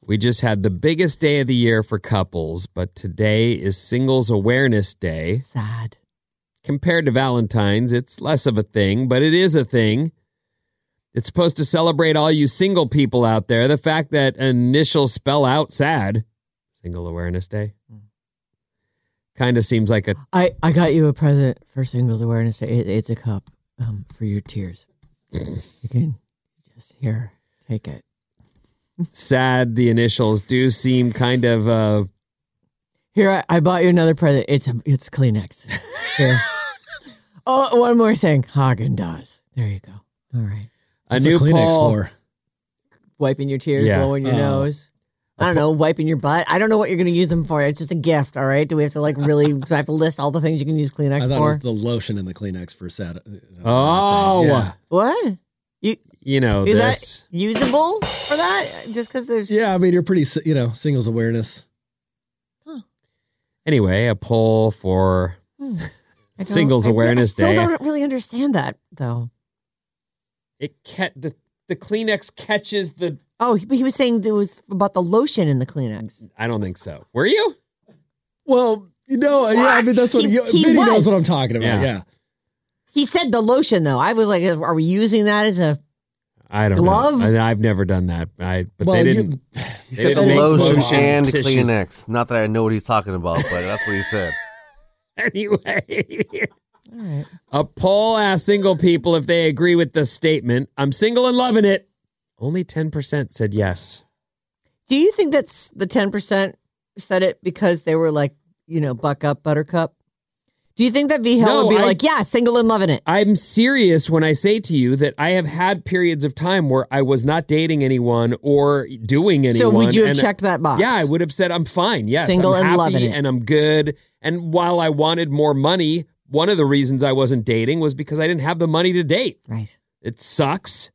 S5: We just had the biggest day of the year for couples, but today is Singles Awareness Day.
S3: Sad.
S5: Compared to Valentine's, it's less of a thing, but it is a thing. It's supposed to celebrate all you single people out there. The fact that initials spell out sad, Single Awareness Day,
S3: Hmm.
S5: kind of seems like a
S3: I, I got you a present for Singles Awareness Day. It, it's a cup um, for your tears. you can just here take it.
S5: sad. The initials do seem kind of uh,
S3: Here, I, I bought you another present. It's a, it's Kleenex. Here. oh, one more thing, Hagen Dazs. There you go. All right,
S5: a
S4: it's
S5: new
S4: a Kleenex
S5: poll.
S4: for.
S3: wiping your tears,
S5: Yeah.
S3: blowing your
S4: Oh.
S3: nose. I don't know, wiping your butt. I don't know what you're going to use them for. It's just a gift, all right? Do we have to like really? do I have to list all the things you can use
S4: I
S3: Kleenex
S4: thought it
S3: for?
S4: was the lotion in the Kleenex for Saturday.
S5: Oh,
S4: yeah.
S3: what
S5: you
S4: Oh,
S5: know
S3: is
S5: this.
S3: that usable for that? Just because there's
S4: yeah. I mean, you're pretty, si- you know, singles awareness.
S5: Anyway, a poll for
S3: I don't-
S5: Singles
S3: I re-
S5: Awareness
S3: I
S5: Day.
S3: still don't really understand that though.
S5: it ca- the the Kleenex catches the.
S3: Oh, he- but he was saying there was about the lotion in the Kleenex.
S5: I don't think so. Were you?
S4: Well, you know, yeah. I mean, that's what
S3: He-
S4: you,
S3: he
S4: Vinny
S3: was.
S4: knows what I'm talking about.
S5: Yeah.
S4: Yeah.
S3: He said the lotion though. I was like, "Uh, are we using that as a?
S5: I don't
S3: Glove?
S5: know. I, I've never done that. I but
S4: Well,
S5: they
S4: you-
S5: didn't.
S6: He
S5: They
S6: said the
S5: didn't make
S6: lotion
S5: lotion
S6: and
S5: tissues.
S6: Kleenex. Not that I know what he's talking about, but that's what he said.
S5: Anyway,
S3: All right.
S5: a poll asked single people if they agree with the statement. I'm single and loving it. Only ten percent said yes.
S3: Do you think that's the ten percent said it because they were like, you know, buck up, buttercup? Do you think that V Hill
S5: No,
S3: would be
S5: I-
S3: like, yeah, single and loving it?
S5: I'm serious when I say to you that I have had periods of time where I was not dating anyone or doing anyone.
S3: so would you have
S5: and-
S3: checked that box?
S5: Yeah, I would have said I'm fine. Yes,
S3: Single
S5: I'm
S3: and
S5: happy
S3: loving it.
S5: and I'm good. And while I wanted more money, one of the reasons I wasn't dating was because I didn't have the money to date.
S3: Right.
S5: It sucks.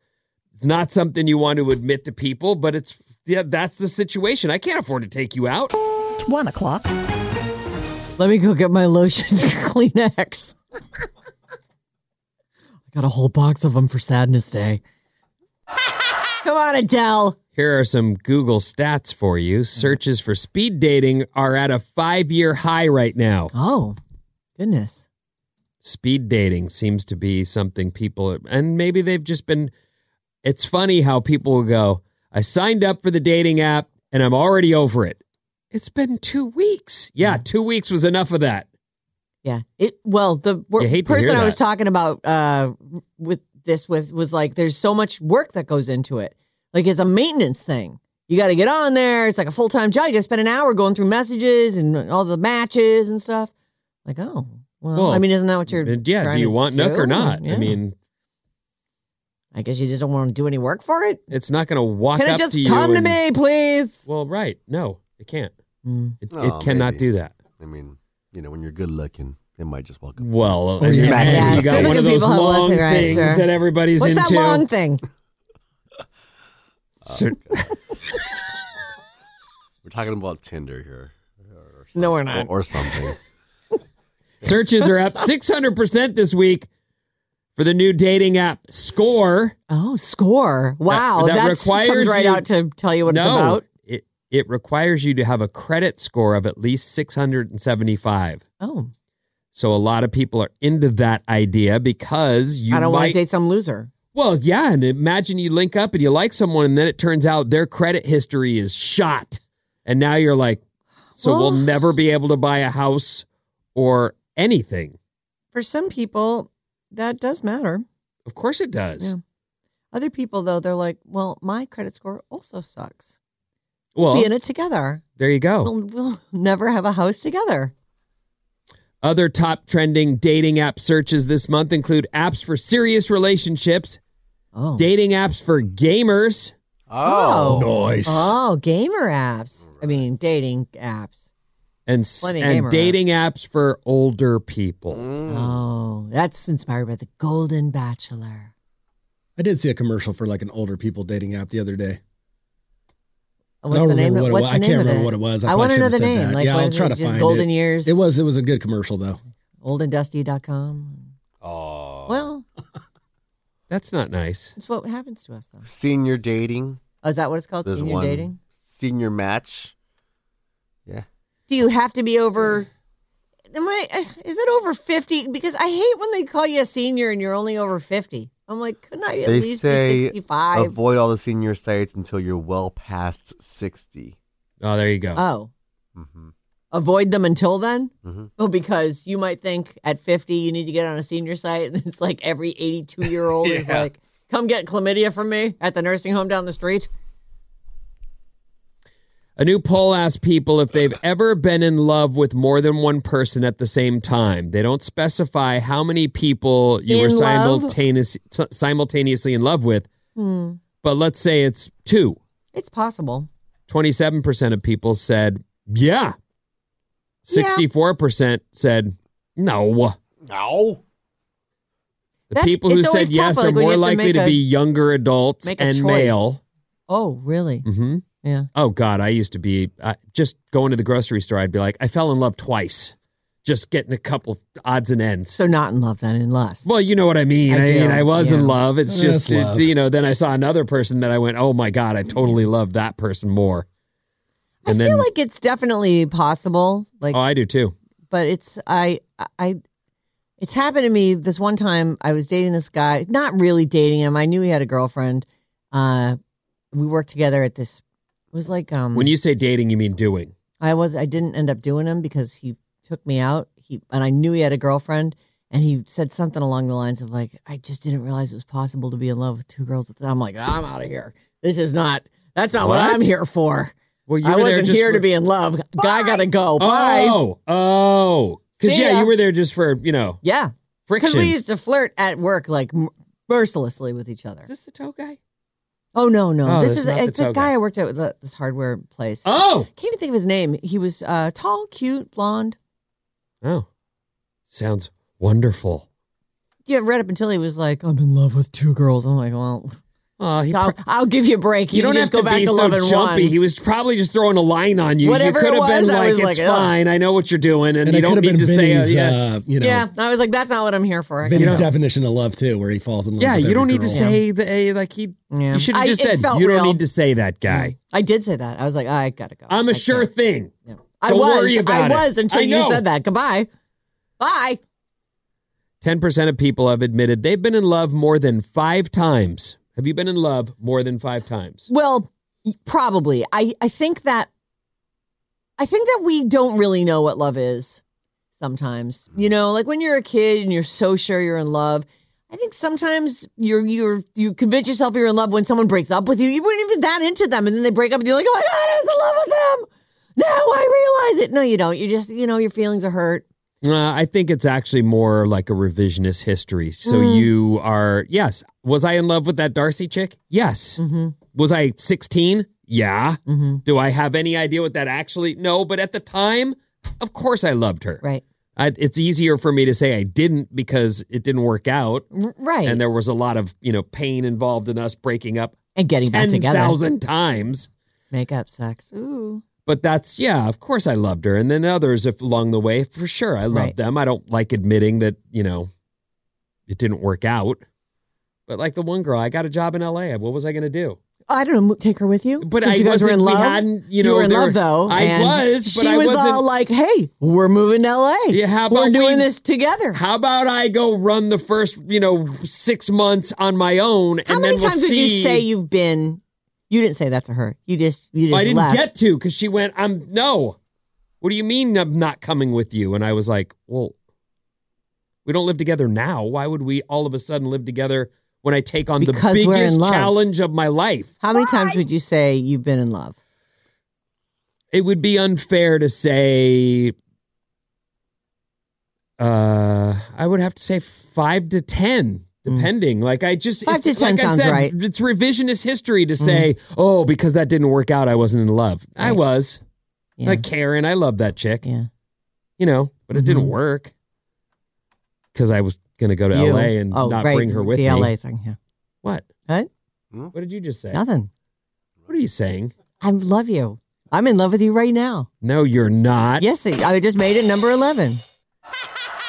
S5: It's not something you want to admit to people, but it's yeah, that's the situation. I can't afford to take you out.
S13: It's one o'clock.
S3: Let me go get my lotion Kleenex. I got a whole box of them for Sadness Day. Come on, Adele.
S5: Here are some Google stats for you. Searches for speed dating are at a 5-year high right now.
S3: Oh, goodness.
S5: speed dating seems to be something people and maybe they've just been it's funny how people will go i signed up for the dating app and i'm already over it it's been two weeks yeah two weeks was enough of that
S3: Yeah. It well, the
S5: You hate to hear
S3: person I was
S5: that.
S3: talking about uh with this with was like there's so much work that goes into it. Like it's a maintenance thing. You got to get on there. It's like a full-time job. You got to spend an hour going through messages and all the matches and stuff. Like, oh, well,
S5: Well,
S3: I mean, isn't that what you're
S5: And yeah
S3: trying
S5: do you
S3: to
S5: want nook
S3: do?
S5: or not
S3: Yeah.
S5: i mean
S3: I guess you just don't want to do any work for it.
S5: It's not going to walk
S3: Can
S5: up
S3: it just
S5: to you.
S3: come to
S5: and-
S3: me, please?
S5: Well, right. No, it can't.
S3: Mm.
S5: It,
S6: Aw,
S5: it cannot
S6: maybe.
S5: do that.
S6: I mean, you know, when you're good looking, it might just walk up.
S4: Oh,
S5: Well,
S6: Or
S5: and- and
S6: smack you.
S3: Yeah,
S5: you got
S3: good
S5: one
S3: looking
S5: of those
S3: people have
S5: long
S3: looks, right,
S5: things
S3: sure.
S5: that everybody's
S3: What's
S5: into.
S3: that long thing?
S5: Cer-
S6: We're talking about Tinder here. Or
S3: No, we're
S6: something.
S3: not.
S6: Or, or something.
S5: Searches are up 600% this week for the new dating app Score.
S3: Oh, score! Wow,
S5: that
S3: that
S5: requires
S3: comes right
S5: you-
S3: out to tell you what it's
S5: no,
S3: about.
S5: It, it requires you to have a credit score of at least 675.
S3: Oh,
S5: So a lot of people are into that idea because you
S3: I don't want
S5: might
S3: to date some loser.
S5: Well, yeah, and imagine you link up and you like someone, and then it turns out their credit history is shot, and now you're like, so we'll
S3: Well-
S5: never be able to buy a house or anything.
S3: For some people, that does matter.
S5: Of course, it does.
S3: Yeah. Other people, though, they're like, "Well, my credit score also sucks. We'll
S5: Well, Oh.
S3: be in it together.
S5: there you go.
S3: We'll, we'll never have a house together."
S5: Other top trending dating app searches this month include apps for serious relationships,
S3: Oh,
S5: dating apps for gamers,
S3: Oh.
S4: Nice.
S3: Oh, gamer apps. I mean, dating apps.
S5: and s-
S3: Plenty of
S5: and
S3: gamer
S5: dating apps for older people.
S4: Mm.
S3: Oh, that's inspired by the Golden Bachelor.
S4: I did see a commercial for like an older people dating app the other day. I
S3: What's
S4: don't
S3: the name?
S4: remember
S3: of
S4: what it
S3: What's
S4: was.
S3: the
S4: I
S3: name
S4: can't
S3: of
S4: remember
S3: it?
S4: what it was. I
S3: I,
S4: probably
S3: want to know the
S4: should've said
S3: name.
S4: that.
S3: Like,
S4: Yeah,
S3: what
S4: I'll
S3: is
S4: try
S3: it?
S4: to
S3: It's just
S4: find
S3: Golden
S4: it.
S3: Years,
S4: It was it was a good commercial though.
S3: oldandusty.com.
S6: Oh.
S3: Well,
S5: That's not nice.
S3: it's what happens to us, though.
S6: Senior dating.
S3: Oh, is that what it's called?
S6: There's
S3: Senior
S6: one.
S3: dating?
S6: Senior match. Yeah.
S3: Do you have to be over? Am I? uh, Is it over fifty? Because I hate when they call you a senior and you're only over fifty. I'm like, couldn't I at
S6: they
S3: least be
S6: say
S3: sixty-five?
S6: avoid all the senior sites until you're well past 60.
S5: Oh, there you go.
S3: oh,
S6: Mm-hmm.
S3: avoid them until then.
S6: Mm-hmm.
S3: Well, because you might think at 50 you need to get on a senior site, and it's like every 82 year old is
S6: Yeah.
S3: like, come get chlamydia from me at the nursing home down the street.
S5: A new poll asks people if they've ever been in love with more than one person at the same time. They don't specify how many people you
S3: In
S5: were
S3: love?
S5: simultaneous, t- simultaneously in love with,
S3: Hmm.
S5: but let's say it's two.
S3: It's possible.
S5: 27% of people said, yeah. 64% said, no.
S6: No.
S5: The
S3: That's-
S5: people who
S3: it's
S5: said
S3: always
S5: yes
S3: tough,
S5: are
S3: like, when you
S5: more
S3: have to
S5: likely
S3: make
S5: to
S3: a-
S5: be younger adults
S3: make a
S5: and
S3: choice.
S5: male.
S3: Oh, really?
S5: hmm
S3: Yeah.
S5: Oh God, I used to be uh, just going to the grocery store. I'd be like, I fell in love twice, just getting a couple odds and ends.
S3: So, not in love then, in lust.
S5: Well, you know what I mean. I,
S3: I do,
S5: mean, I was in
S3: yeah.
S5: love. It's
S4: That's
S5: just it-
S4: love.
S5: you know. Then I saw another person that I went, oh my God, I totally love that person more.
S3: I feel like it's definitely possible. Like,
S5: oh, I do too.
S3: but it's I I it's happened to me this one time I was dating this guy, not really dating him. I knew he had a girlfriend. Uh we worked together at this it was like um
S5: When you say dating, you mean doing.
S3: I was I didn't end up doing him because he took me out. He and I knew he had a girlfriend and he said something along the lines of like I just didn't realize it was possible to be in love with two girls at the I'm like, I'm out of here. This is not that's not what,
S5: What?
S3: I'm here for.
S5: Well, you
S3: I
S5: were there
S3: wasn't
S5: just
S3: here
S5: for-
S3: to be in love. Guy gotta go. Bye.
S5: Oh, oh, because
S3: See
S5: yeah,
S3: ya.
S5: you were there just for you know
S3: Yeah. Because
S5: friction.
S3: we used to flirt at work like m- mercilessly with each other.
S5: Is this the toe guy?
S3: Oh no, no,
S5: Oh,
S3: this
S5: this
S3: is
S5: is not the
S3: it's a
S5: toga.
S3: guy I worked at with the- this hardware place.
S5: Oh,
S3: Can't even think of his name. He was uh, tall, cute, blonde.
S5: oh, sounds wonderful.
S3: Yeah, right up until he was like, "I'm in love with two girls." I'm like, "Well,
S5: Oh, he
S3: I'll, I'll give you a break. You,
S5: You, don't
S3: can just
S5: have
S3: go
S5: to
S3: back
S5: be
S3: to
S5: so
S3: love and
S5: jumpy.
S3: one."
S5: He was probably just throwing a line on you.
S3: Whatever
S5: you could
S3: it
S5: have been
S3: was, I
S5: like,
S3: was
S5: "It's
S3: like, ugh."
S5: fine. I know what you're doing," and,
S4: And
S5: you
S4: it could
S5: don't
S4: have
S5: need
S4: been
S5: to say, uh,
S4: Vinny's,
S5: "Yeah,
S4: uh, you know,
S3: yeah, I was like, "That's not what I'm here for." I
S4: Vinny's
S3: gotta go."
S4: definition of love too, where he falls in love.
S5: yeah."
S4: with
S5: You don't
S4: every
S5: need to
S4: girl.
S5: say the a like he.
S3: Yeah.
S5: You should have
S3: I-
S5: just
S3: it
S5: said,
S3: felt
S5: "You
S3: real.
S5: don't need to say that, guy."
S3: I did say that. I was like, "I gotta go."
S5: I'm a
S3: I
S5: sure
S3: can't."
S5: thing.
S3: Yeah. I
S5: Don't
S3: was.
S5: worry about it.
S3: I was until
S5: I
S3: you
S5: know.
S3: said that. Goodbye. Bye.
S5: Ten percent of people have admitted they've been in love more than five times. Have you been in love more than five times?
S3: Well, y- probably. I, I think that I think that we don't really know what love is sometimes. You know, like when you're a kid and you're so sure you're in love. I think sometimes you're you're you convince yourself you're in love when someone breaks up with you. You weren't even that into them and then they break up and you're like, Oh my god, I was in love with them. Now I realize it. No, you don't. You just you know, your feelings are hurt.
S5: Uh, I think it's actually more like a revisionist history. So
S3: Mm.
S5: you are, yes. Was I in love with that Darcy chick? Yes.
S3: Mm-hmm.
S5: Was I 16? Yeah. Do I have any idea what that actually? No, but at the time, of course I loved her.
S3: Right.
S5: I, it's easier for me to say I didn't because it didn't work out.
S3: Right.
S5: And there was a lot of, you know, pain involved in us breaking up
S3: and getting back together.
S5: 10,000 times.
S3: Makeup sucks. Ooh.
S5: But that's yeah, of course I loved her, and then others if along the way for sure I loved
S3: Right.
S5: them. I don't like admitting that you know it didn't work out, but like the one girl, I got a job in L.A. What was I going to do?
S3: I don't know. mo- Take her with you,
S5: But
S3: Since
S5: I
S3: you guys were in
S5: wasn't- we
S3: love.
S5: hadn't, you know,
S3: were in
S5: there-
S3: love though.
S5: I
S3: and
S5: was, but
S3: she
S5: I
S3: was
S5: wasn't-
S3: all like, "Hey, we're moving to L.A.
S5: Yeah, how about
S3: we're doing
S5: we-
S3: this together."
S5: How about I go run the first you know six months on my own?
S3: How
S5: and
S3: many
S5: then we'll
S3: times did you
S5: see-
S3: say you've been? You didn't say that to her. You just you just
S5: I didn't
S3: left.
S5: get to because she went. I'm no. What do you mean I'm not coming with you? And I was like, well, we don't live together now. Why would we all of a sudden live together when I take on
S3: Because
S5: the
S3: we're in
S5: biggest
S3: love.
S5: challenge of my life?
S3: How many times would you say you've been in love?
S5: It would be unfair to say. Uh, I would have to say five to ten, depending. Like I just
S3: Mm. Five to
S5: it's-
S3: 10
S5: like I
S3: sounds
S5: said,
S3: right. Mm.
S5: It's revisionist history to say, oh, because that didn't work out, I wasn't in love. I
S3: Right.
S5: was.
S3: Yeah.
S5: Like Karen, I love that chick.
S3: yeah.
S5: you know, but it
S3: Mhm.
S5: didn't work because I was going to go to
S3: You.
S5: LA and
S3: Oh,
S5: not
S3: right,
S5: bring her with
S3: the
S5: me.
S3: LA thing. Yeah.
S5: What?
S3: What?
S5: What did you just say?
S3: Nothing.
S5: What are you saying?
S3: I love you. I'm in love with you right now.
S5: No, you're not.
S3: Yes, I just made it number eleven.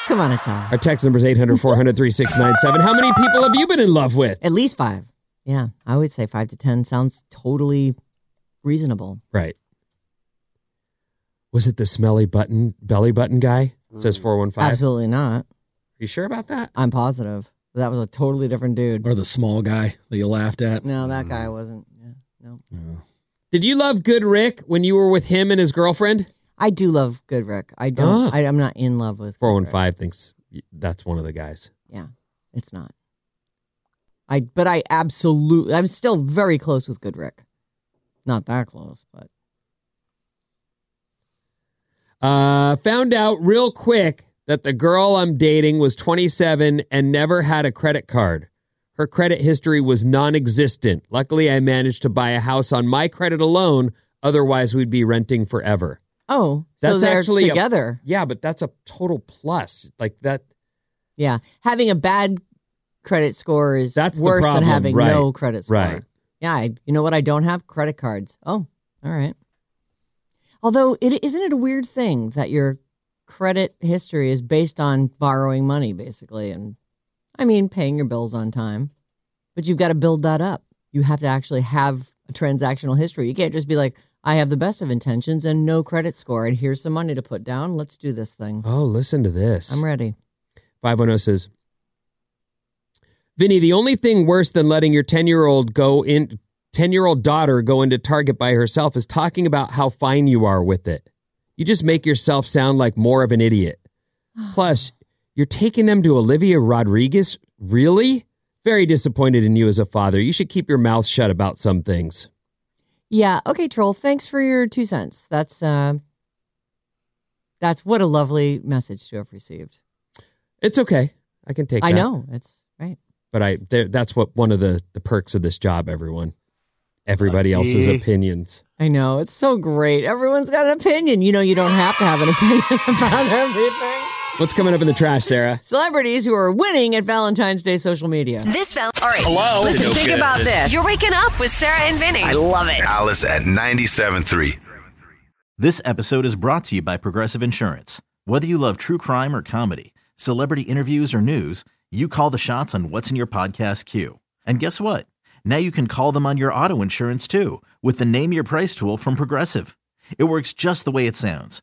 S3: Come on, Atal.
S5: Our text number is 800 400 3697. How many people have you been in love with?
S3: At least five. Yeah, I would say five to ten sounds totally reasonable.
S5: Right. Was it the smelly button, belly button guy? Says 415.
S3: Absolutely not.
S5: You sure about that?
S3: I'm positive. That was a totally different dude.
S4: Or the small guy that you laughed at.
S3: No,
S5: Mm.
S3: that guy wasn't. Yeah, no.
S5: Did you love Good Rick when you were with him and his girlfriend?
S3: I do love Good Rick. I don't.
S5: Ah.
S3: I, I'm not in love with Good Rick.
S5: 415 thinks that's one of the guys.
S3: Yeah, it's not. I but I absolutely. I'm still very close with Good Rick. Not that close, but
S5: Uh, found out real quick that the girl I'm dating was 27 and never had a credit card. Her credit history was non existent. Luckily, I managed to buy a house on my credit alone. Otherwise, we'd be renting forever.
S3: oh, so
S5: That's
S3: they're
S5: actually a-
S3: together.
S5: Yeah, but that's a total plus. Like that.
S3: yeah, having a bad credit score is
S5: That's the
S3: worse
S5: problem,
S3: than having
S5: right,
S3: no credit score.
S5: right.
S3: Yeah, I, you know what? I don't have credit cards. Oh, all right. Although it isn't it a weird thing that your credit history is based on borrowing money, basically, and I mean paying your bills on time, but you've got to build that up. You have to actually have a transactional history. You can't just be like, I have the best of intentions and no credit score, and here's some money to put down. Let's do this thing.
S5: Oh, listen to this.
S3: I'm ready.
S5: 510 says, Vinny, the only thing worse than letting your 10 year old go in, 10 year old daughter go into Target by herself is talking about how fine you are with it. You just make yourself sound like more of an idiot. Plus, you're taking them to Olivia Rodriguez? Really? Very disappointed in you as a father. You should keep your mouth shut about some things.
S3: Yeah. Okay, troll. Thanks for your two cents. That's uh, that's what a lovely message to have received.
S5: It's okay. I can take
S3: I
S5: that.
S3: know. It's right.
S5: But I there, that's what one of the, the perks of this job, everyone. Everybody else's
S6: Lucky.
S5: opinions.
S3: I know. It's so great. Everyone's got an opinion. You know, you don't have to have an opinion about everything.
S5: What's coming up in the trash, Sarah?
S3: Celebrities who are winning at Valentine's Day social media.
S13: This val- All right.
S12: Hello?
S13: Listen,
S12: No
S13: think
S12: good.
S13: about this. You're waking up with Sarah and Vinny. I love it.
S1: Alice at 97.3. This episode is brought to you by Progressive Insurance. Whether you love true crime or comedy, celebrity interviews or news, you call the shots on what's in your podcast queue. And guess what? Now you can call them on your auto insurance too with the Name Your Price tool from Progressive. It works just the way it sounds.